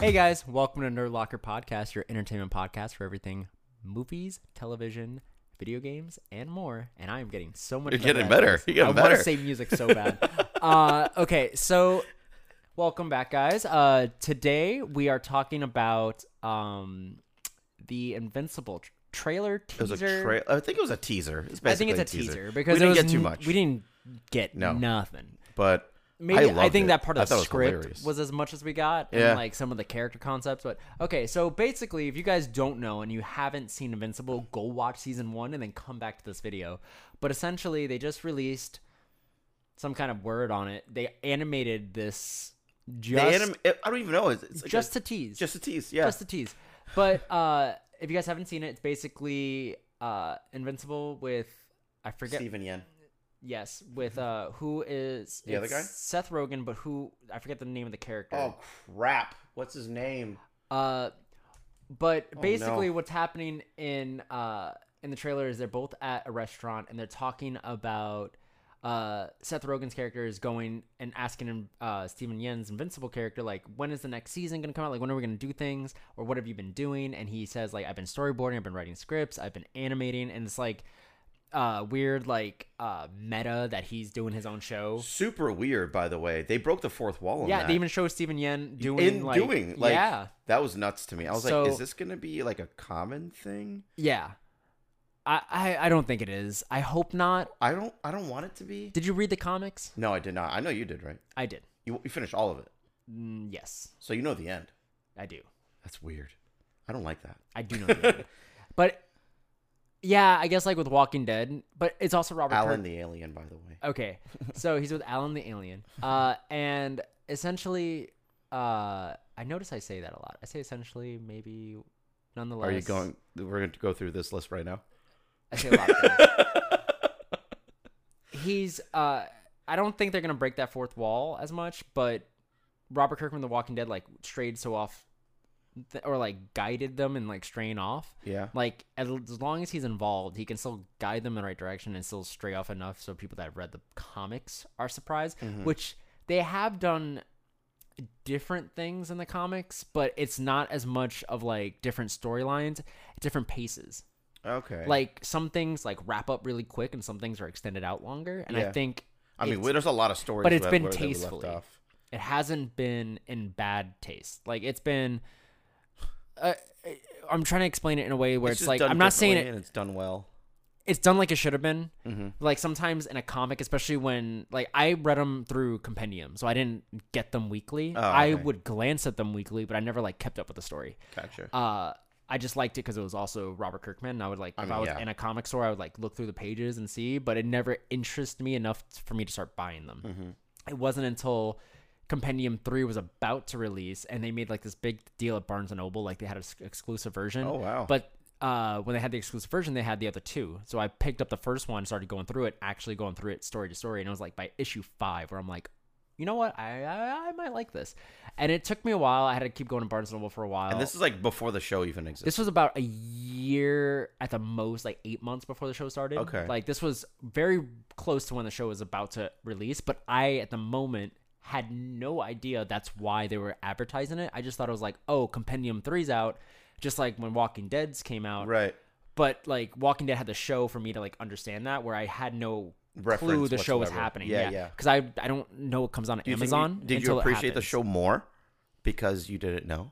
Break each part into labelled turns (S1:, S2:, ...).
S1: Hey guys, welcome to Nerd Locker Podcast, your entertainment podcast for everything movies, television, video games, and more. And I am getting so much
S2: You're
S1: better
S2: getting
S1: at
S2: better.
S1: this.
S2: You're getting
S1: I want
S2: better.
S1: to say music so bad. uh, okay, so welcome back, guys. Uh, today we are talking about um, the Invincible tr- trailer
S2: It was
S1: teaser.
S2: a trailer. I think it was a teaser. It's
S1: I think
S2: basically
S1: it's a teaser, because
S2: we
S1: it
S2: didn't
S1: was
S2: get too
S1: n-
S2: much.
S1: We didn't get
S2: No.
S1: nothing.
S2: but
S1: Maybe
S2: I,
S1: I,
S2: loved
S1: think
S2: it.
S1: that part
S2: I
S1: of
S2: thought
S1: the
S2: it was
S1: script
S2: hilarious.
S1: was, as much as we got, and
S2: Yeah.
S1: like some of the character concepts. But okay, so basically, if you guys don't know and you haven't seen Invincible, go watch season one and then come back to this video. But essentially, they just released some kind of word on it. They animated this
S2: the
S1: just
S2: anim- it, I don't even know. It's, it's like
S1: just
S2: a,
S1: to tease,
S2: just a tease. Yeah,
S1: just to tease. But uh, if you guys haven't seen it, it's basically uh, Invincible with I forget
S2: Steven Yen.
S1: Yes, with uh, who is
S2: The other
S1: it's
S2: guy?
S1: Seth Rogen, but who I forget the name of the character.
S2: Oh crap! What's his name?
S1: Uh, but
S2: Oh, no.
S1: basically, what's happening in uh in the trailer is they're both at a restaurant and they're talking about uh Seth Rogen's character is going and asking uh Stephen Yen's Invincible character like when is the next season gonna come out like when are we gonna do things or what have you been doing and he says like I've been storyboarding I've been writing scripts I've been animating and it's like uh weird like uh meta that he's doing his own show
S2: Super weird, by the way. They broke the fourth wall. on
S1: yeah
S2: that.
S1: they even show Stephen Yen doing
S2: in
S1: like
S2: doing like
S1: yeah
S2: that was nuts to me. I was
S1: So-
S2: like, is this gonna be like a common thing?
S1: Yeah. I, I, I don't think it is. I hope not.
S2: I don't. I don't want it to be.
S1: Did you read the comics?
S2: No, I did not. I know you did, right?
S1: I did.
S2: You you finished all of it,
S1: Mm, yes,
S2: so you know the end.
S1: I do.
S2: That's weird. I don't like that.
S1: I do know. that. but yeah, I guess like with Walking Dead, but it's also Robert
S2: Alan
S1: Kirk-
S2: the alien, by the way.
S1: Okay. So he's with Alan the alien. Uh and essentially uh I notice I say that a lot. I say essentially maybe nonetheless.
S2: Are you going? We're going to go through this list right now.
S1: I say a lot of things. He's uh I don't think they're gonna break that fourth wall as much, but Robert Kirkman The Walking Dead like strayed so off th- or like guided them and like straying off.
S2: Yeah.
S1: Like as, as long as he's involved, he can still guide them in the right direction and still stray off enough so people that have read the comics are surprised, which they have done different things in the comics, but it's not as much of like different storylines, different paces
S2: Okay.
S1: like some things like wrap up really quick and some things are extended out longer and i
S2: Yeah.
S1: think
S2: I mean,
S1: it's-
S2: there's a lot of stories,
S1: but it's
S2: where-
S1: been
S2: where they were left
S1: tastefully.
S2: off.
S1: it hasn't been in bad taste like it's been uh, i'm trying to explain it in a way where it's,
S2: just
S1: like
S2: done
S1: i'm not saying
S2: differently Mm-hmm.
S1: it
S2: and it's done well.
S1: it's done like it should have been like sometimes in a comic especially when like i read them through compendium so i didn't get them weekly
S2: Oh,
S1: i
S2: okay.
S1: would glance at them weekly but i never like kept up with the story
S2: Gotcha.
S1: uh I just liked it because it was also Robert Kirkman. and I would like if
S2: mean,
S1: I was
S2: yeah.
S1: in a comic store, I would like look through the pages and see, but it never interested me enough t- for me to start buying them.
S2: Mm-hmm.
S1: It wasn't until Compendium Three was about to release, and they made like this big deal at Barnes and Noble, like they had an exclusive version.
S2: Oh, wow.
S1: But uh, when they had the exclusive version, they had the other two. So I picked up the first one, started going through it, actually going through it story to story, and it was like by issue five where I'm like. You know what? I, I I might like this, and it took me a while. I had to keep going to Barnes and Noble for a while.
S2: and this is like before the show even existed.
S1: This was about a year at the most, like eight months before the show started.
S2: Okay.
S1: Like this was very close to when the show was about to release, but I at the moment had no idea that's why they were advertising it. I just thought it was like, oh, Compendium 3's out, just like when Walking Dead's came out.
S2: right.
S1: But like Walking Dead had the show for me to like understand that where I had no clue
S2: Reference
S1: the show was
S2: whatsoever.
S1: happening.
S2: Yeah,
S1: Yeah,
S2: yeah.
S1: Because I I don't know what comes on
S2: Do you think you-
S1: Amazon.
S2: did
S1: until
S2: you
S1: it
S2: appreciate the
S1: happens.
S2: show more because you didn't know?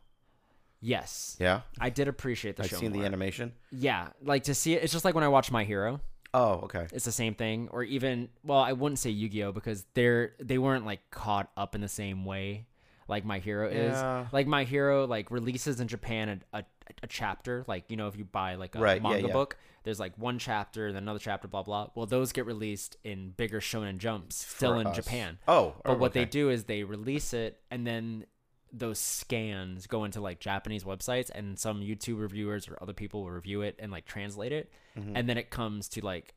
S1: Yes.
S2: Yeah.
S1: I did appreciate the
S2: I've
S1: show.
S2: seen
S1: more.
S2: the animation.
S1: Yeah, like to see it. It's just like when I watch My Hero.
S2: Oh, okay.
S1: It's the same thing, or even well, I wouldn't say Yu-Gi-Oh because they're they weren't like caught up in the same way like My Hero is.
S2: Yeah.
S1: Like My Hero like releases in Japan a, a, a chapter. Like you know if you buy like a
S2: Right, yeah,
S1: manga
S2: yeah.
S1: book, there's like one chapter, then another chapter, blah blah. Well, those get released in bigger Shonen jumps, still
S2: For
S1: in
S2: us.
S1: Japan.
S2: Oh,
S1: But what they
S2: okay.
S1: do is they release it and then those scans go into like Japanese websites and some YouTube reviewers or other people will review it and like translate it
S2: Mm-hmm. Hmm.
S1: and then it comes to like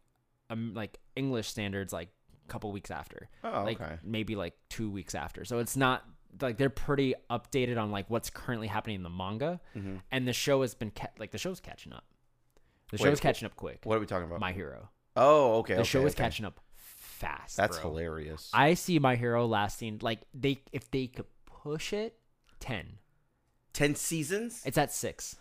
S1: um like English standards like a couple weeks after.
S2: Oh,
S1: like
S2: okay.
S1: maybe like 2 weeks after. So it's not like they're pretty updated on like what's currently happening in the manga
S2: Mm-hmm.
S1: and the show has been ca- like the show's catching up. The
S2: Wait,
S1: show's
S2: wh-
S1: catching up quick.
S2: What are we talking about?
S1: My Hero.
S2: oh, okay.
S1: The show
S2: okay,
S1: is
S2: okay.
S1: catching up fast.
S2: That's
S1: bro.
S2: hilarious.
S1: I see my hero lasting like they if they could push it 10.
S2: Ten seasons.
S1: It's at six,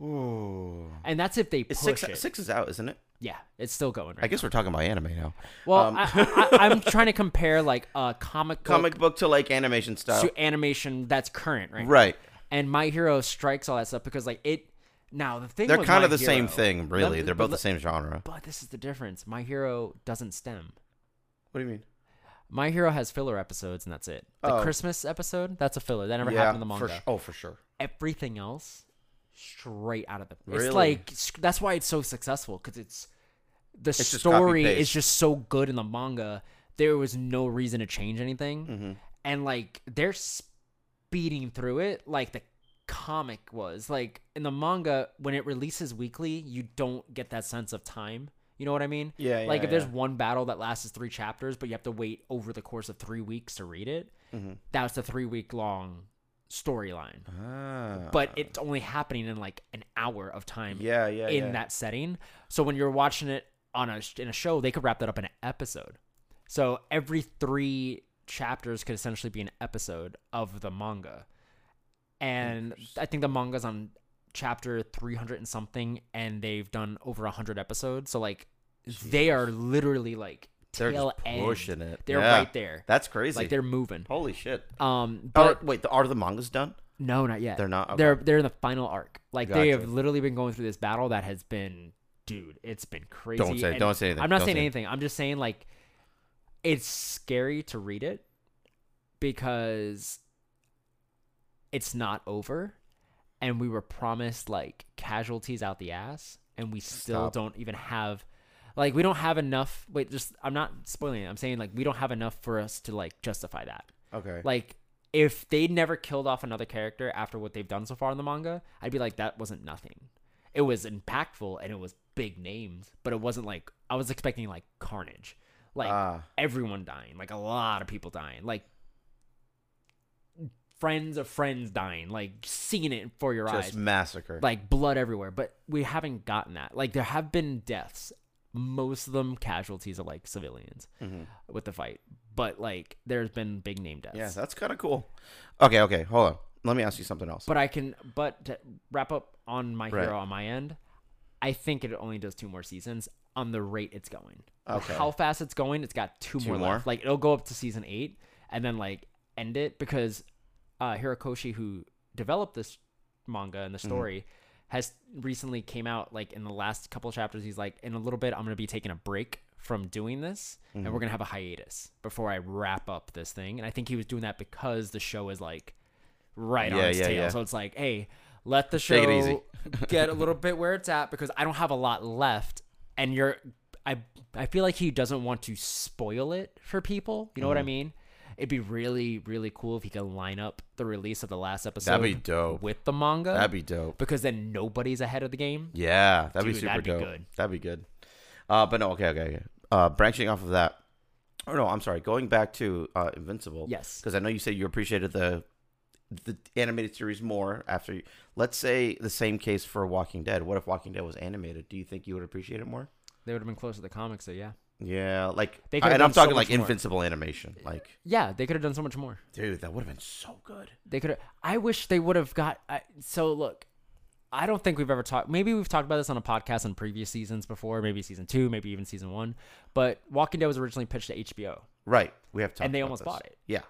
S2: Ooh.
S1: and that's if they push
S2: It's six.
S1: it.
S2: Six is out, isn't it?
S1: Yeah, it's still going
S2: I
S1: right.
S2: guess we're talking about anime now.
S1: well,
S2: um,
S1: I, I, I'm trying to compare like a comic book
S2: Comic book to like animation style.
S1: to animation that's current right. now.
S2: right.
S1: And My Hero strikes all that stuff because like it. Now the thing
S2: They're
S1: with
S2: kind
S1: My
S2: of the same
S1: Hero-
S2: thing, really.
S1: me-
S2: They're both
S1: let-
S2: the same genre.
S1: But this is the difference. My Hero doesn't stem.
S2: What do you mean?
S1: My Hero has filler episodes and that's it. The
S2: Oh.
S1: Christmas episode, that's a filler. That never
S2: yeah,
S1: happened in the manga.
S2: for su- oh, for sure.
S1: Everything else, straight out of the.
S2: Really?
S1: It's like s- that's why it's so successful because it's the
S2: just
S1: story
S2: copy-paste.
S1: is just so good in the manga. There was no reason to change anything,
S2: Mm-hmm.
S1: and like they're speeding through it like the comic was. Like in the manga, when it releases weekly, you don't get that sense of time. You know what I mean?
S2: Yeah,
S1: like
S2: yeah,
S1: if there's
S2: yeah.
S1: one battle that lasts three chapters, but you have to wait over the course of three weeks to read it.
S2: Mm-hmm.
S1: That's the three week long storyline,
S2: Ah.
S1: Mm-hmm. but it's only happening in like an hour of time
S2: yeah, yeah,
S1: in
S2: yeah.
S1: that setting. So when you're watching it on a in a show, they could wrap that up in an episode. So every three chapters could essentially be an episode of the manga, and I think the manga's on chapter 300 and something, and they've done over 100 episodes. So like, they are literally like
S2: They're
S1: tail
S2: just
S1: end.
S2: pushing it.
S1: They're
S2: Yeah.
S1: right there.
S2: That's crazy. Oh,
S1: like they're moving.
S2: Holy shit.
S1: Um,
S2: Are-
S1: but
S2: wait, the, are the mangas done?
S1: no, not yet.
S2: They're not? Okay.
S1: They're they're in the final arc. Like they
S2: Gotcha.
S1: have literally been going through this battle that has been, dude, it's been crazy.
S2: say-
S1: and
S2: don't say anything,
S1: I'm not
S2: don't
S1: saying
S2: say
S1: anything. I'm just saying like, it's scary to read it because it's not over, and we were promised like casualties out the ass, and we still
S2: Stop.
S1: don't even have. Like we don't have enough. Wait, just I'm not spoiling it. I'm saying like we don't have enough for us to like justify that.
S2: Okay.
S1: Like if they never killed off another character after what they've done so far in the manga, I'd be like that wasn't nothing. It was impactful and it was big names, but it wasn't like I was expecting like carnage. Like
S2: Ah.
S1: everyone dying, like a lot of people dying, like friends of friends dying, like seeing it for your eyes
S2: just massacre.
S1: like blood everywhere but we haven't gotten that like there have been deaths most of them casualties of like civilians with the fight but like there's been big name deaths
S2: Mm-hmm. yeah, that's kind of cool. Okay, okay, hold on. Let me ask you something else.
S1: but i can but to wrap up on my
S2: Right.
S1: hero on my end i think it only does two more seasons on the rate it's going
S2: Okay.
S1: how fast it's going it's got two, more,
S2: more?
S1: left like it'll go up to season eight and then like end it because uh hirokoshi who developed this manga and the
S2: Mm-hmm.
S1: story has recently came out like in the last couple chapters he's like in a little bit i'm gonna be taking a break from doing this and we're
S2: Mm-hmm.
S1: gonna have a hiatus before i wrap up this thing and i think he was doing that because the show is like right on
S2: Yeah,
S1: its
S2: yeah,
S1: tail
S2: yeah.
S1: so it's like hey let the show
S2: Take it easy.
S1: get a little bit where it's at because i don't have a lot left and you're i i feel like he doesn't want to spoil it for people you know what
S2: Mm-hmm.
S1: i mean it'd be really really cool if he could line up the release of the last episode
S2: be dope.
S1: with the manga
S2: that'd be dope.
S1: because then nobody's ahead of the game.
S2: Yeah, that'd be
S1: Dude,
S2: super
S1: that'd be
S2: dope.
S1: good.
S2: That'd be good. Uh, but no, okay, okay, okay. Uh, branching off of that. Oh no, I'm sorry. Going back to uh, Invincible.
S1: Yes.
S2: Because I know you said you appreciated the the animated series more after. You, let's say the same case for Walking Dead. What if Walking Dead was animated? Do you think you would appreciate it more?
S1: They would have been close to the comics, so yeah.
S2: Yeah, like
S1: They could've
S2: and I'm
S1: done so
S2: talking
S1: much
S2: like
S1: more.
S2: Invincible animation. Like,
S1: Yeah, they could have done so much more.
S2: dude, that would have been so good.
S1: They could have I wish they would have got I, so look. I don't think we've ever talked maybe we've talked about this on a podcast in previous seasons before, maybe season 2, maybe even season 1, but Walking Dead was originally pitched to HBO.
S2: Right. We have talked
S1: And they
S2: about
S1: almost
S2: this.
S1: bought it.
S2: Yeah.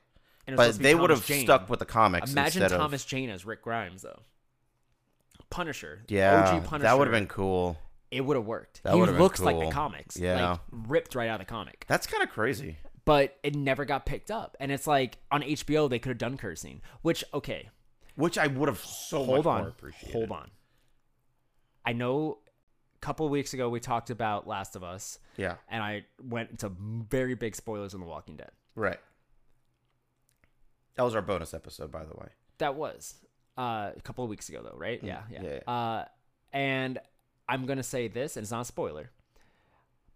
S1: And it was supposed
S2: But
S1: to be
S2: they
S1: Thomas
S2: would have
S1: Jane.
S2: stuck with the comics.
S1: Imagine
S2: instead
S1: Thomas
S2: Of,
S1: Jane as Rick Grimes though. Punisher.
S2: yeah.
S1: OG Punisher.
S2: that would have been cool.
S1: it would have worked.
S2: that
S1: he
S2: would've been
S1: looks like
S2: cool.
S1: the comics.
S2: Yeah.
S1: Like ripped right out of the comic.
S2: That's kind of crazy.
S1: but it never got picked up. And it's like on HBO they could have done cursing, which okay,
S2: Which I would have so
S1: hold
S2: much more
S1: on,
S2: appreciated.
S1: hold on. I know a couple weeks ago we talked about Last of Us,
S2: Yeah.
S1: and I went into very big spoilers on The Walking Dead.
S2: Right. That was our bonus episode, by the way.
S1: That was uh, a couple of weeks ago, though, right? Yeah, yeah.
S2: Mm, yeah,
S1: Uh, and I'm gonna say this, and it's not a spoiler,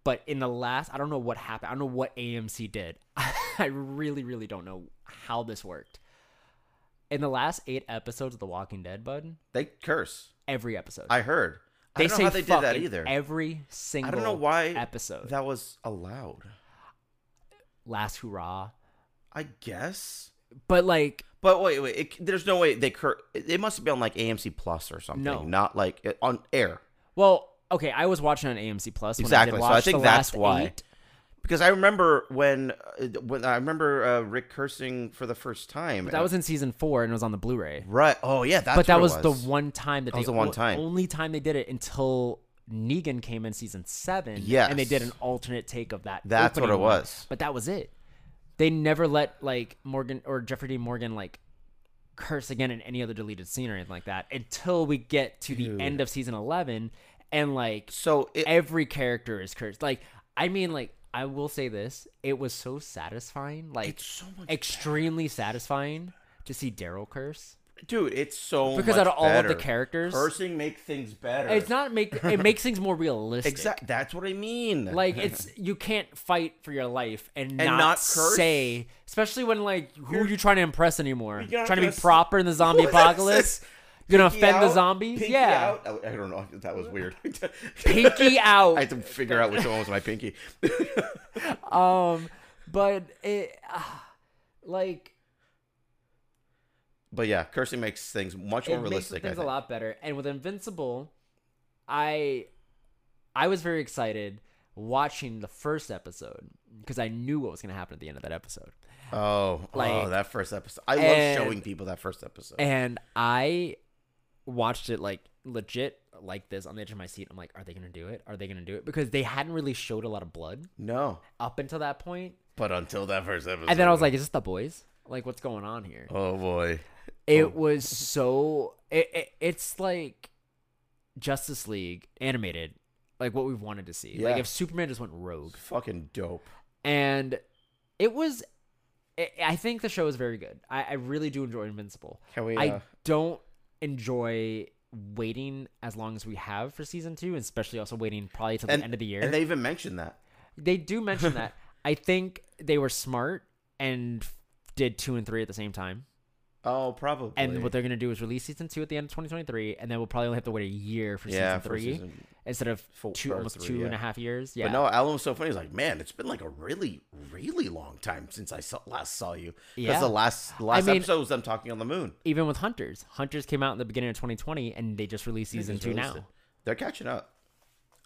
S1: but in the last, I don't know what happened. I don't know what AMC did. I really, really don't know how this worked. In the last eight episodes of The Walking Dead, bud,
S2: They curse.
S1: every episode
S2: I heard.
S1: they
S2: I don't
S1: say
S2: know how they did
S1: fuck
S2: that
S1: in
S2: either.
S1: Every single
S2: I don't know why
S1: episode,
S2: that was allowed.
S1: last hurrah,
S2: I guess.
S1: but like
S2: But wait, wait. It, there's no way they cur. It it must be on like AMC Plus or something.
S1: No.
S2: not like it- on air.
S1: Well, okay, I was watching on AMC Plus. When
S2: Exactly,
S1: I did
S2: so I
S1: watch
S2: think
S1: the
S2: that's
S1: last
S2: why.
S1: Eight.
S2: Because I remember when uh, when I remember uh, Rick cursing for the first time.
S1: That was in season four, and it was on the Blu-ray.
S2: right. Oh yeah, that's
S1: but that
S2: what it
S1: was, the one time that
S2: That
S1: they
S2: was the one
S1: o-
S2: time.
S1: only time they did it until Negan came in season seven. and they
S2: Yes.
S1: did an alternate take of that.
S2: That's what
S1: opening
S2: it
S1: one.
S2: was.
S1: But that was it. They never let like Morgan or Jeffrey Dean Morgan like curse again in any other deleted scene or anything like that until we get to the end of season eleven, and like
S2: So it,
S1: every character is cursed. Like I mean, like I will say this: it was so satisfying, like
S2: It's so much
S1: extremely satisfying to see Daryl curse
S2: dude, it's so
S1: because
S2: much
S1: out of all of the
S2: better.
S1: characters,
S2: cursing make things better.
S1: it's not make it makes things more realistic.
S2: exactly. That's what I mean.
S1: Like it's you can't fight for your life and, not,
S2: not curse?
S1: say, especially when like who are you trying to impress anymore?
S2: You're not
S1: Trying to be
S2: gonna s-
S1: proper in the zombie
S2: What is
S1: apocalypse?
S2: this?
S1: You're gonna
S2: Pinky
S1: offend the
S2: out?
S1: zombies?
S2: Pinky
S1: yeah,
S2: out? Oh, I don't know. That was weird.
S1: pinky out.
S2: I had to figure out which one was my pinky.
S1: um, but it ah, like
S2: But yeah, cursing makes things much more
S1: it
S2: realistic.
S1: Makes
S2: I
S1: things a
S2: think.
S1: lot better. And with Invincible, I I was very excited watching the first episode because I knew what was going to happen at the end of that episode.
S2: Oh, oh,
S1: Like-
S2: that first episode. I
S1: and-
S2: love showing people that first episode.
S1: And I watched it like legit like this on the edge of my seat. I'm like, are they going to do it? Are they going to do it? Because they hadn't really showed a lot of blood
S2: no,
S1: up until that point.
S2: but until that first episode.
S1: And then I was like, is this the boys? Like what's going on here?
S2: oh boy.
S1: It was so it, it it's like Justice League animated, like what we've wanted to see.
S2: Yeah.
S1: Like if Superman just went rogue,
S2: Fucking dope.
S1: and it was, i I think the show is very good. I, I really do enjoy Invincible.
S2: Can we? uh,
S1: I don't enjoy waiting as long as we have for season two, and especially also waiting probably till the end of the year.
S2: And they even mentioned that.
S1: They do mention that. I think they were smart and did two and three at the same time.
S2: Oh, probably.
S1: And what they're gonna do is release season two at the end of 2023, and then we'll probably only have to wait a year for
S2: yeah,
S1: season
S2: for
S1: three
S2: season-
S1: instead of
S2: Four-
S1: two,
S2: or
S1: almost
S2: three,
S1: two
S2: yeah.
S1: and a half years. Yeah,
S2: But no, Alan was so funny. He's like, man, it's been like a really, really long time since I saw, last saw you. Because
S1: Yeah.
S2: the last the last
S1: mean-
S2: episode was them talking on the moon.
S1: even with Hunters, Hunters came out in the beginning of 2020, and they just released season
S2: Just
S1: two now.
S2: released it. They're catching up.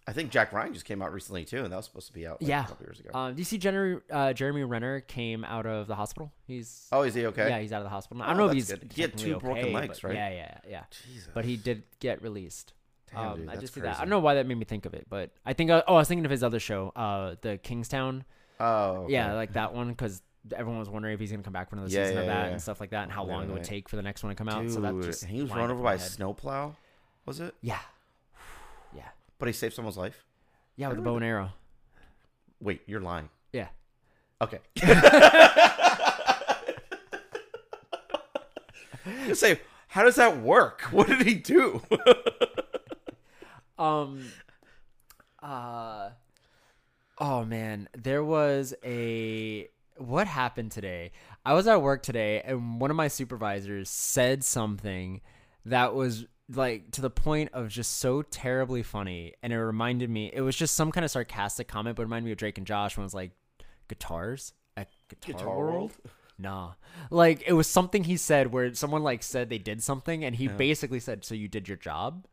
S2: I think Jack Ryan just came out recently too, and that was supposed to be out like,
S1: yeah.
S2: a couple years ago.
S1: Um, do you see Jenner, uh, Jeremy Renner came out of the hospital? He's
S2: oh, is he okay?
S1: yeah, he's out of the hospital. now. I
S2: Oh,
S1: don't know if
S2: that's
S1: he's
S2: good. He had
S1: technically
S2: two broken
S1: okay,
S2: legs,
S1: but
S2: right?
S1: Yeah, yeah, yeah.
S2: Jesus.
S1: But he did get released.
S2: Damn,
S1: um,
S2: dude,
S1: I
S2: that's
S1: just see that. I
S2: crazy.
S1: don't know why that made me think of it, but I think uh, oh, I was thinking of his other show, uh, the Kingstown.
S2: Oh, okay.
S1: Yeah, like that one because everyone was wondering if he's gonna come back for another
S2: Yeah,
S1: season of
S2: yeah,
S1: that
S2: yeah.
S1: and stuff like that, and how long it would
S2: right.
S1: take for the next one to come out.
S2: Dude,
S1: so that just
S2: he was
S1: lined
S2: run
S1: up
S2: over
S1: in
S2: by
S1: my
S2: a
S1: head.
S2: snowplow. Was it?
S1: Yeah, yeah,
S2: But he saved someone's life.
S1: yeah, with a bow and arrow.
S2: Wait, you're lying.
S1: Yeah,
S2: Okay. Just say, how does that work? What did he do?
S1: um, uh, oh man, there was a what happened today. I was at work today, and one of my supervisors said something that was like to the point of just so terribly funny, and it reminded me. It was just some kind of sarcastic comment, but it reminded me of Drake and Josh when it was like, "Guitars at Guitar,
S2: Guitar
S1: World."
S2: World?
S1: Nah, like it was something he said where someone like said they did something, and he basically said, "So you did your job."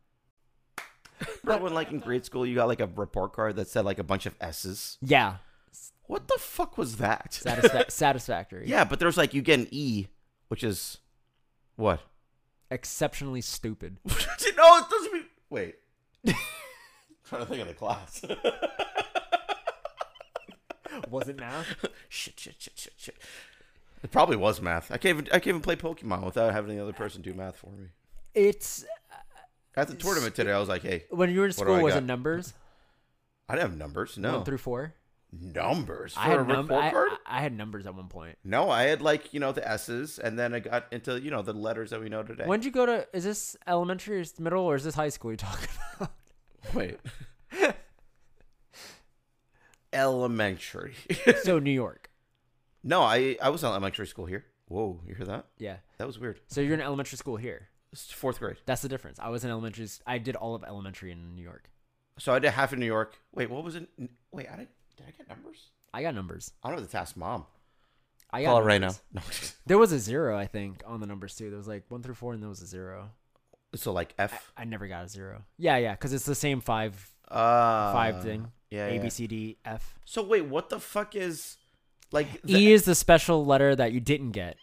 S2: Remember when, like in grade school, you got like a report card that said like a bunch of S's?
S1: Yeah,
S2: What the fuck was that?
S1: Satisfa- satisfactory.
S2: yeah, but there's like you get an E, which is what?
S1: Exceptionally stupid.
S2: no, it doesn't mean. Wait. trying to think of the class.
S1: Was it now?
S2: shit, shit, shit, shit, shit. It probably was math. I can't even I can't even play Pokemon without having the other person do math for me.
S1: It's
S2: At the tournament today, I was like, hey,
S1: when you were in
S2: do
S1: school.
S2: I
S1: Was
S2: got?
S1: it numbers
S2: I didn't have numbers. No
S1: one through four?
S2: numbers for
S1: I had
S2: a
S1: num-
S2: report
S1: I,
S2: card.
S1: I I had numbers at one point.
S2: no, I had like you know the S's, and then I got into you know the letters that we know today.
S1: When did you go to? Is this elementary or is middle or is this high school? You talking about?
S2: Wait. elementary.
S1: so New York.
S2: no, I I was in elementary school here. Whoa, you hear that?
S1: Yeah.
S2: That was weird.
S1: So you're in elementary school here.
S2: It's fourth grade.
S1: That's the difference. I was in elementary. s- I did all of elementary in New York.
S2: So I did half in New York. Wait, what was it? Wait, I did. Did I get numbers?
S1: I got numbers.
S2: I don't know. The task mom.
S1: I got
S2: Call it right now.
S1: numbers. There was a zero, I think, on the numbers too. There was like one through four, and there was a zero.
S2: so like
S1: I,
S2: F.
S1: I never got a zero. Yeah, yeah, because it's the same five,
S2: Uh,
S1: five thing.
S2: Yeah.
S1: A
S2: yeah.
S1: B C D F.
S2: So wait, what the fuck is like the,
S1: E is the special letter that you didn't get.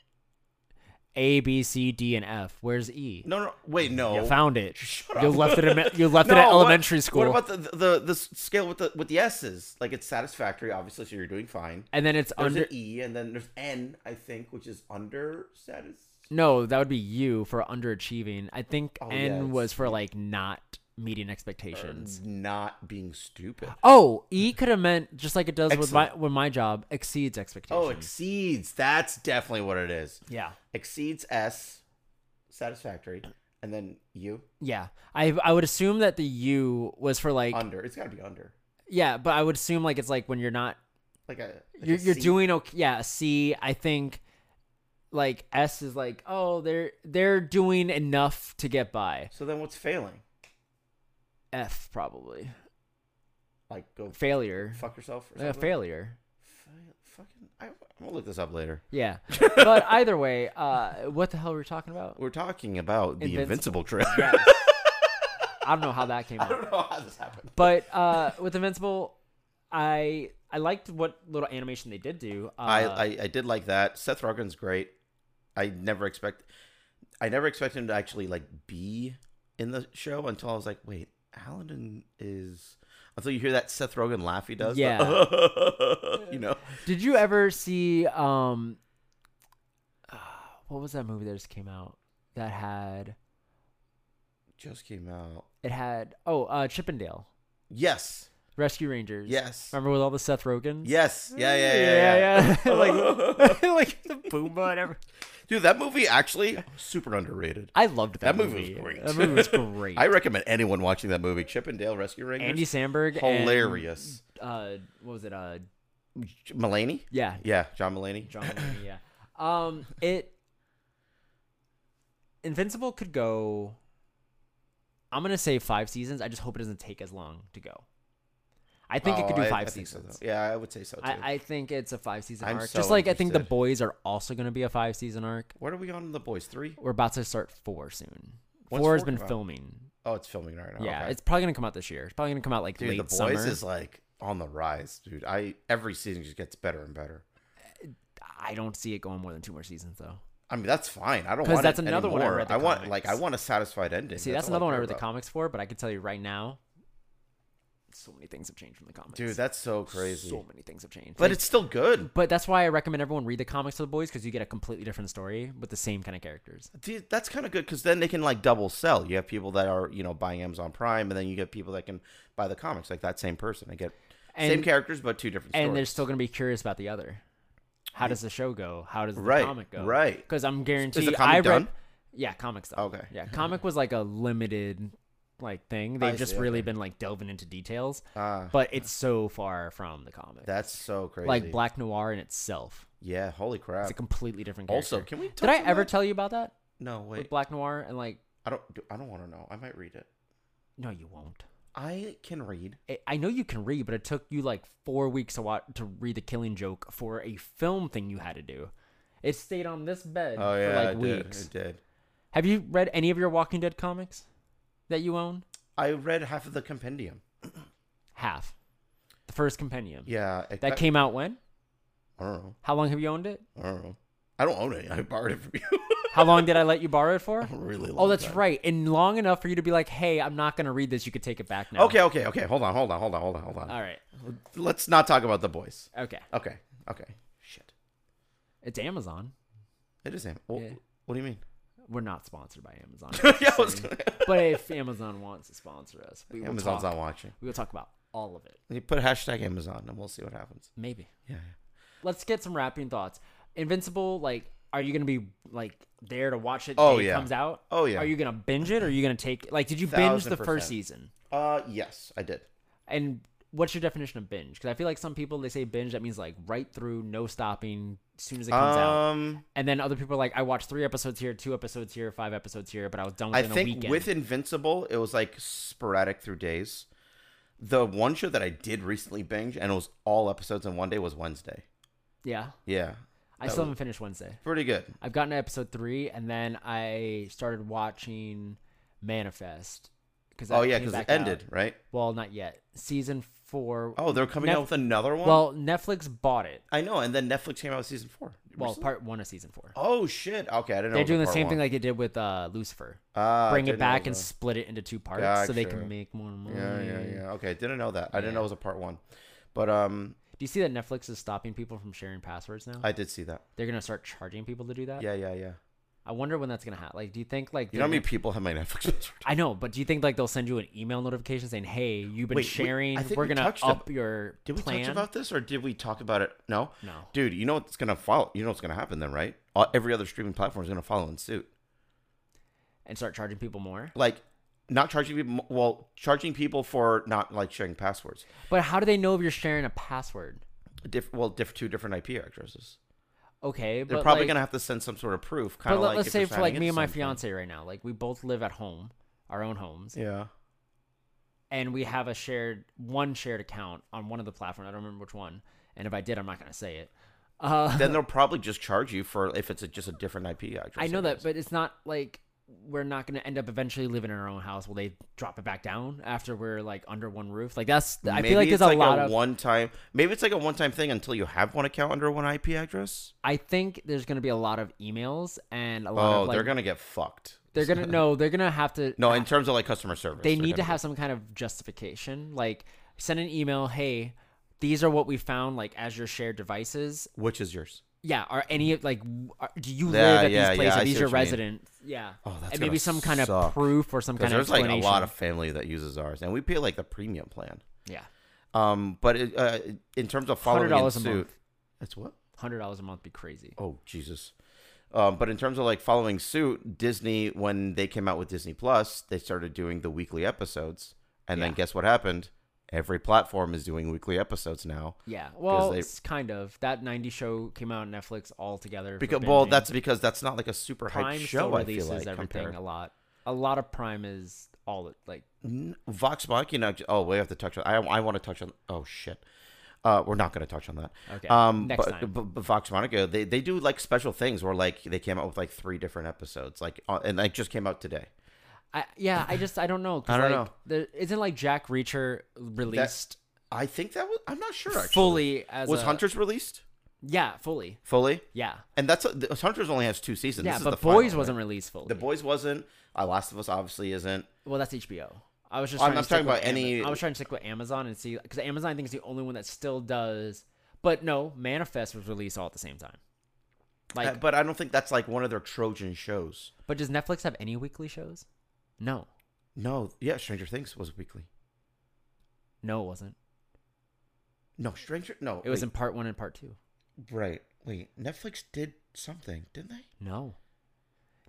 S1: A B C D and F. Where's E?
S2: No, no, wait, no.
S1: You found it.
S2: Shut
S1: you
S2: up.
S1: left it. at- You left it
S2: No,
S1: at
S2: what-
S1: elementary school.
S2: What about the, the the scale with the with the S's? Like it's satisfactory, obviously, so you're doing fine.
S1: and then it's
S2: There's
S1: under.
S2: an E, and then there's N, I think, which is under status.
S1: No, that would be U for underachieving. I think
S2: Oh, yeah,
S1: N
S2: it's-
S1: was for like not meeting
S2: or
S1: expectations.
S2: Not being stupid.
S1: Oh, E could have meant just like it does with my
S2: Excellent.
S1: with my job exceeds expectations.
S2: Oh, exceeds. That's definitely what it is.
S1: yeah,
S2: Exceeds S, satisfactory, and then U
S1: yeah. I I would assume that the U was for like
S2: under. It's got to be under.
S1: yeah, but I would assume like it's like when you're not
S2: Like a. Like a
S1: you're you're
S2: C.
S1: doing okay. Yeah, C. I think like S is like oh they're they're doing enough to get by.
S2: So then, what's failing?
S1: F probably
S2: Like go f-
S1: failure.
S2: fuck yourself or
S1: Yeah,
S2: something.
S1: failure.
S2: Fail- Fucking, I, I'm gonna look this up later.
S1: Yeah. but either way, uh, what the hell were we talking about?
S2: We're talking about the
S1: Invincible.
S2: Invincible, trailer.
S1: Yes. I don't know how that came
S2: I
S1: up.
S2: don't know how this happened.
S1: But uh, with Invincible, I I liked what little animation they did do. Uh,
S2: I, I I did like that. Seth Rogen's great. I never expect, I never expected him to actually like be in the show until I was like, wait, Aladdin is. Until you hear that Seth Rogen laugh he does. the- you know.
S1: did you ever see um, uh, what was that movie that just came out that had
S2: Just came out.
S1: it had oh uh, Chippendale
S2: Yes.
S1: Rescue Rangers.
S2: Yes.
S1: Remember with all the Seth Rogans?
S2: Yes. Yeah. Yeah. Yeah. Yeah.
S1: like like the Pumbaa and everything.
S2: Dude, that movie actually super underrated.
S1: I loved that,
S2: That movie was great.
S1: That movie was great.
S2: I recommend anyone watching that movie. Chip and Dale Rescue Rangers.
S1: Andy Samberg
S2: hilarious.
S1: And, uh, what was it? Uh,
S2: Mulaney.
S1: yeah,
S2: Yeah, John Mulaney.
S1: John Mulaney, yeah. Um, it Invincible could go. I'm gonna say five seasons. I just hope it doesn't take as long to go. I think it could
S2: Oh,
S1: do
S2: I-
S1: five
S2: I think so,
S1: seasons.
S2: though. yeah, I would say so too.
S1: I, I think it's a five season
S2: I'm
S1: arc.
S2: so
S1: just like I think the
S2: interested.
S1: boys are also gonna be a five season arc.
S2: what are we on the boys three?
S1: We're about to start four soon.
S2: What's
S1: four has
S2: four
S1: been
S2: about?
S1: filming.
S2: Oh, it's filming right now.
S1: Yeah,
S2: okay.
S1: it's probably gonna come out this year. It's probably gonna come out like
S2: dude,
S1: late
S2: the boys
S1: summer.
S2: is like on the rise, dude. I every season just gets better and better.
S1: I don't see it going more than two more seasons though.
S2: I mean, that's fine. I don't
S1: 'Cause
S2: want
S1: that's
S2: it
S1: another one I
S2: anymore.
S1: read the
S2: want like I
S1: comics.
S2: want a satisfied ending.
S1: See, that's, another
S2: all
S1: one I
S2: care
S1: read the
S2: about.
S1: comics for, but I can tell you right now, so many things have changed from the comics.
S2: Dude, that's so crazy.
S1: So many things have changed.
S2: but
S1: Like,
S2: it's still good.
S1: but that's why I recommend everyone read the comics of the boys because you get a completely different story with the same kind of characters.
S2: Dude, that's kind of good because then they can like double sell. You have people that are you know buying Amazon Prime, and then you get people that can buy the comics like that same person. I get
S1: And
S2: same characters but two different
S1: and they're
S2: stories.
S1: still gonna be curious about the other. How does the show go? How does the
S2: Right,
S1: comic go?
S2: right.
S1: Because I'm guaranteed.
S2: comic
S1: I read,
S2: done?
S1: Yeah, comics. Done.
S2: Okay.
S1: Yeah, comic was like a limited like thing. They've
S2: I
S1: just
S2: see,
S1: really
S2: okay.
S1: been like delving into details,
S2: Ah,
S1: but it's so far from the comic.
S2: that's so crazy.
S1: like Black Noir in itself.
S2: yeah, holy crap.
S1: It's a completely different character.
S2: Also, can we?
S1: did
S2: touch
S1: I
S2: on
S1: ever
S2: that?
S1: tell you about that
S2: No,
S1: with
S2: wait.
S1: Black Noir and like
S2: I don't. do- I don't want to know. I might read it.
S1: no, you won't.
S2: I can read.
S1: I- I know you can read, but it took you like four weeks to watch to read The Killing Joke for a film thing you had to do. It stayed on this bed for like weeks.
S2: Oh, Did. It did.
S1: Have you read any of your Walking Dead comics that you own?
S2: I read half of the compendium.
S1: Half. The first compendium.
S2: Yeah, it-
S1: That
S2: I-
S1: came out when?
S2: I don't know.
S1: How long have you owned it?
S2: I don't know. I don't own it. I borrowed it from you.
S1: How long did I let you borrow it for?
S2: A really.
S1: Oh,
S2: long
S1: that's
S2: time.
S1: right. And long enough for you to be like, hey, I'm not going to read this. You could take it back now.
S2: Okay, okay, okay. Hold on, hold on, hold on, hold on, hold on.
S1: All right.
S2: Let's not talk about the boys.
S1: Okay.
S2: Okay, okay. Shit.
S1: It's Amazon.
S2: It is him. Well,
S1: Yeah.
S2: What do you mean?
S1: We're not sponsored by Amazon.
S2: yeah, I was gonna-
S1: but if Amazon wants to sponsor us, we will
S2: Amazon's
S1: talk.
S2: not watching.
S1: We will talk about all of it.
S2: You put hashtag Amazon and we'll see what happens.
S1: Maybe.
S2: Yeah.
S1: Let's get some wrapping thoughts. Invincible, like, are you gonna be like there to watch it? the
S2: Oh,
S1: day It
S2: yeah.
S1: comes out.
S2: Oh, yeah.
S1: Are you gonna binge it? or Are you gonna take like? Did you binge
S2: Thousand
S1: the first
S2: percent.
S1: season?
S2: Uh, yes, I did.
S1: And what's your definition of binge? Because I feel like some people they say binge that means like right through, no stopping, as soon as it comes out.
S2: Um.
S1: And then other people are like, I watched three episodes here, two episodes here, five episodes here, but I was done
S2: I
S1: within a
S2: think
S1: weekend.
S2: with Invincible, it was like sporadic through days. The one show that I did recently binge and it was all episodes in one day was Wednesday.
S1: yeah.
S2: Yeah.
S1: I
S2: That
S1: still
S2: was-
S1: haven't finished Wednesday.
S2: Pretty good.
S1: I've gotten to episode three, and then I started watching Manifest. Cause
S2: Oh
S1: that
S2: yeah,
S1: came
S2: because it
S1: back out.
S2: ended right.
S1: Well, not yet. Season four.
S2: Oh, they're coming
S1: Nef-
S2: out with another one.
S1: well, Netflix bought it.
S2: I know, and then Netflix came out with season four.
S1: Well,
S2: Recently?
S1: part one of season four.
S2: oh shit. Okay, I didn't know.
S1: They're doing the same thing like they did with uh, Lucifer.
S2: Ah,
S1: Bring it back and split it into two parts so they
S2: Gotcha.
S1: can make more money.
S2: Yeah, yeah, yeah. Okay, didn't know that. I didn't
S1: Yeah.
S2: know it was a part one, but um,
S1: Do you see that Netflix is stopping people from sharing passwords now?
S2: I did see that.
S1: They're gonna start charging people to do that.
S2: Yeah, yeah, yeah.
S1: I wonder when that's gonna happen. Like, do you think like
S2: You know how
S1: they're
S2: many
S1: gonna-
S2: people have my Netflix password?
S1: I know, but do you think like they'll send you an email notification saying, "Hey, you've been
S2: Wait, we- I
S1: sharing.
S2: think
S1: We're
S2: we
S1: gonna
S2: touched ab-
S1: up your
S2: Did we
S1: plan."
S2: touch about this or did we talk about it? No,
S1: No.
S2: dude. You know what's gonna follow? You know what's gonna happen then, right? All, every other streaming platform is gonna follow in suit.
S1: and start charging people more.
S2: Like, not charging people. mo- Well, charging people for not like sharing passwords.
S1: But how do they know if you're sharing a password?
S2: Diff- well, diff- two different IP addresses.
S1: Okay,
S2: They're
S1: but
S2: probably
S1: like,
S2: gonna have to send some sort of proof. Kind
S1: But
S2: of
S1: let,
S2: like
S1: us
S2: if you're
S1: say for like
S2: signing
S1: me and
S2: into
S1: my
S2: something.
S1: fiance right now, like we both live at home, our own homes,
S2: Yeah.
S1: and we have a shared one shared account on one of the platforms. I don't remember which one, and if I did, I'm not gonna say it. Uh,
S2: Then they'll probably just charge you for if it's a, just a different IP address.
S1: I know
S2: guess.
S1: that, but it's not like we're not going to end up eventually living in our own house. Will they drop it back down after we're like under one roof? Like that's I feel like
S2: it's
S1: there's a lot of.
S2: one time. Maybe it's like a one time thing until you have one account under one IP address.
S1: I think there's going to be a lot of emails and a lot
S2: Oh,
S1: of like
S2: they're gonna get fucked.
S1: they're gonna no they're gonna have to
S2: No, in terms of like customer service,
S1: they
S2: they're
S1: need to
S2: gonna
S1: have some kind of justification like send an email hey these are what we found like as your shared devices
S2: be- Which is yours?
S1: yeah are any of like w- are, do you
S2: Yeah,
S1: live at
S2: yeah, yeah,
S1: these places
S2: I
S1: are
S2: see
S1: these your
S2: what you mean.
S1: residents yeah
S2: Oh, that's
S1: and
S2: gonna
S1: maybe some kind
S2: suck.
S1: of proof or some
S2: 'Cause
S1: kind of
S2: there's like
S1: explanation
S2: a lot of family that uses ours, and we pay like the premium plan.
S1: yeah
S2: Um, but it, uh, in terms of
S1: hundred
S2: following in
S1: dollars a
S2: suit,
S1: month
S2: that's what.
S1: hundred dollars a month be crazy.
S2: Oh Jesus. Um, but in terms of like following suit, Disney when they came out with Disney Plus, they started doing the weekly episodes, and then
S1: Yeah.
S2: guess what happened? Every platform is doing weekly episodes now.
S1: Yeah, well,
S2: they-
S1: it's kind of that '90s show came out on Netflix all together. for
S2: Because well,
S1: binging.
S2: that's because that's not like a super
S1: Prime
S2: hype
S1: still
S2: show. I feel
S1: releases
S2: like
S1: everything
S2: compared.
S1: a lot. A lot of Prime is all it like.
S2: N- Vox Machina. Oh, we have to touch on. I I want to touch on. Oh shit. Uh, we're not going to touch on that.
S1: Okay,
S2: Um,
S1: next
S2: but,
S1: time.
S2: But, but Vox Monica, they, they do like special things where like they came out with like three different episodes, like uh, and like just came out today.
S1: I, yeah, I just I don't know. 'cause,
S2: I don't
S1: like,
S2: know.
S1: There, isn't like Jack Reacher released
S2: I think that was. I'm not sure. Actually.
S1: fully as
S2: was
S1: a-
S2: Hunters released
S1: Yeah, fully.
S2: fully?
S1: Yeah,
S2: And that's the, Hunters only has two seasons.
S1: yeah,
S2: This is the
S1: but
S2: final,
S1: Boys
S2: right?
S1: wasn't released fully.
S2: The Boys wasn't. Uh, Last of Us obviously isn't. Uh,
S1: well, that's HBO. I was just.
S2: I'm
S1: trying to
S2: not
S1: stick
S2: talking
S1: with
S2: about any-
S1: Ama- I was trying to stick with Amazon and see because Amazon I think is the only one that still does. But no, Manifest was released all at the same time. Like
S2: Uh, but I don't think that's like one of their Trojan shows.
S1: But does Netflix have any weekly shows? No.
S2: No, yeah, Stranger Things was weekly.
S1: No, it wasn't.
S2: No, Stranger. No,
S1: It was
S2: wait.
S1: in part one and part two.
S2: Right. Wait, Netflix did something, didn't they?
S1: No.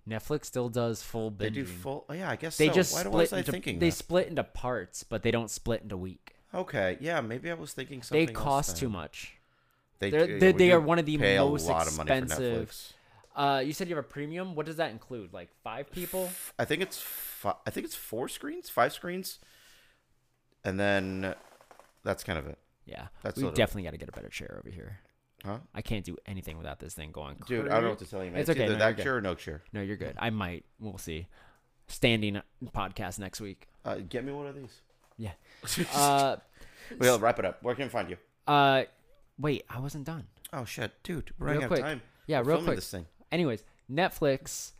S1: Netflix still does full binging.
S2: They do full. oh, yeah, I guess
S1: They
S2: so.
S1: just
S2: Why do-
S1: split
S2: why was I
S1: into,
S2: thinking?
S1: they
S2: that?
S1: split into parts, but they don't split into week.
S2: okay, yeah, maybe I was thinking something.
S1: they
S2: else
S1: cost
S2: then.
S1: too much.
S2: They
S1: They're-
S2: do-
S1: they-
S2: we
S1: they
S2: do
S1: are one of the
S2: pay
S1: most
S2: a lot of money for
S1: expensive-
S2: Netflix.
S1: Uh, you said you have a premium. What does that include? Like five people?
S2: I think it's fi- I think it's four screens, five screens, and then that's kind of it,
S1: Yeah,
S2: That's
S1: we
S2: sort of-
S1: definitely got to get a better chair over here.
S2: huh?
S1: I can't do anything without this thing going.
S2: Dude, I don't know what to tell you, man.
S1: It's
S2: It's,
S1: okay,
S2: either
S1: no, you're
S2: that
S1: good.
S2: chair or no chair.
S1: No, you're good. I might. We'll see. Standing podcast next week.
S2: Uh, get me one of these.
S1: Yeah. Uh,
S2: We'll wrap it up. Where can I find you?
S1: uh, wait, I wasn't done.
S2: Oh shit, dude,
S1: Real
S2: we're running out of
S1: quick.
S2: time.
S1: Yeah,
S2: We're
S1: real
S2: filming
S1: quick.
S2: This thing.
S1: Anyways, Netflix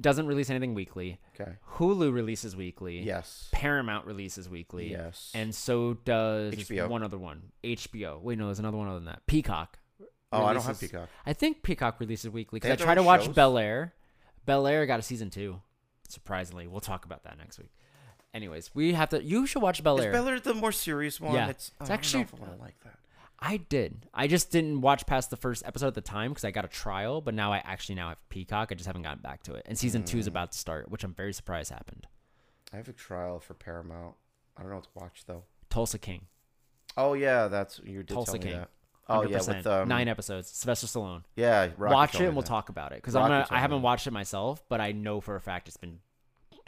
S1: doesn't release anything weekly.
S2: Okay.
S1: Hulu releases weekly.
S2: Yes.
S1: Paramount releases weekly.
S2: Yes.
S1: And so does
S2: HBO.
S1: one other one. HBO. Wait, no, there's another one other than that. Peacock.
S2: Oh, I don't have
S1: releases-
S2: Peacock.
S1: I think Peacock releases weekly because
S2: They
S1: I
S2: have their
S1: try to
S2: own
S1: watch
S2: shows?
S1: Bel Air. Bel Air got a season two, surprisingly. We'll talk about that next week. Anyways, we have to. You should watch Bel
S2: Is
S1: Air.
S2: Bel Air the more serious one?
S1: Yeah.
S2: It's,
S1: It's
S2: oh,
S1: actually-
S2: I don't know if I wanna like that.
S1: I did. I just didn't watch past the first episode at the time because I got a trial, but now I actually now have Peacock. I just haven't gotten back to it. And season two is
S2: Mm.
S1: about to start, which I'm very surprised happened.
S2: I have a trial for Paramount. I don't know what to watch though.
S1: Tulsa King,
S2: Oh yeah, that's you did
S1: Tulsa
S2: tell me
S1: King.
S2: that. Oh
S1: 100%,
S2: yeah, with um,
S1: nine episodes. Sylvester Stallone.
S2: Yeah, Rocky
S1: watch
S2: told
S1: it
S2: me
S1: and we'll
S2: that.
S1: talk about it because I'm
S2: Rocky
S1: gonna,
S2: told
S1: I
S2: me
S1: haven't
S2: that.
S1: watched it myself, but I know for a fact it's been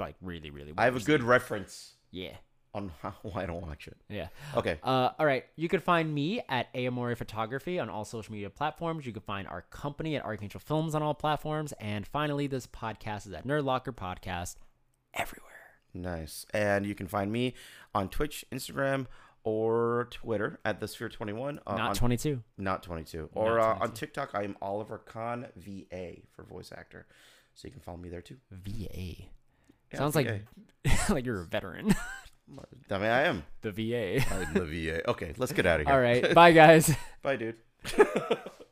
S1: like really, really. Well
S2: I have a good reference.
S1: Yeah,
S2: on how I don't watch it.
S1: Yeah.
S2: Okay.
S1: Uh, all right. You can find me at Amore Photography on all social media platforms. You can find our company at Archangel Films on all platforms. And finally, this podcast is at Nerd Locker Podcast everywhere.
S2: Nice. And you can find me on Twitch, Instagram, or Twitter at the Sphere Twenty One. Uh,
S1: Not
S2: on,
S1: 22.
S2: not twenty two.
S1: Not
S2: Or Uh, on
S1: 22.
S2: TikTok, I'm Oliver Khan VA for voice actor. So you can follow me there too.
S1: VA.
S2: Yeah,
S1: Sounds
S2: VA.
S1: like like you're a veteran.
S2: I mean, I am.
S1: the VA.
S2: I'm the VA. Okay, let's get out of here.
S1: All right. Bye, guys.
S2: Bye, dude.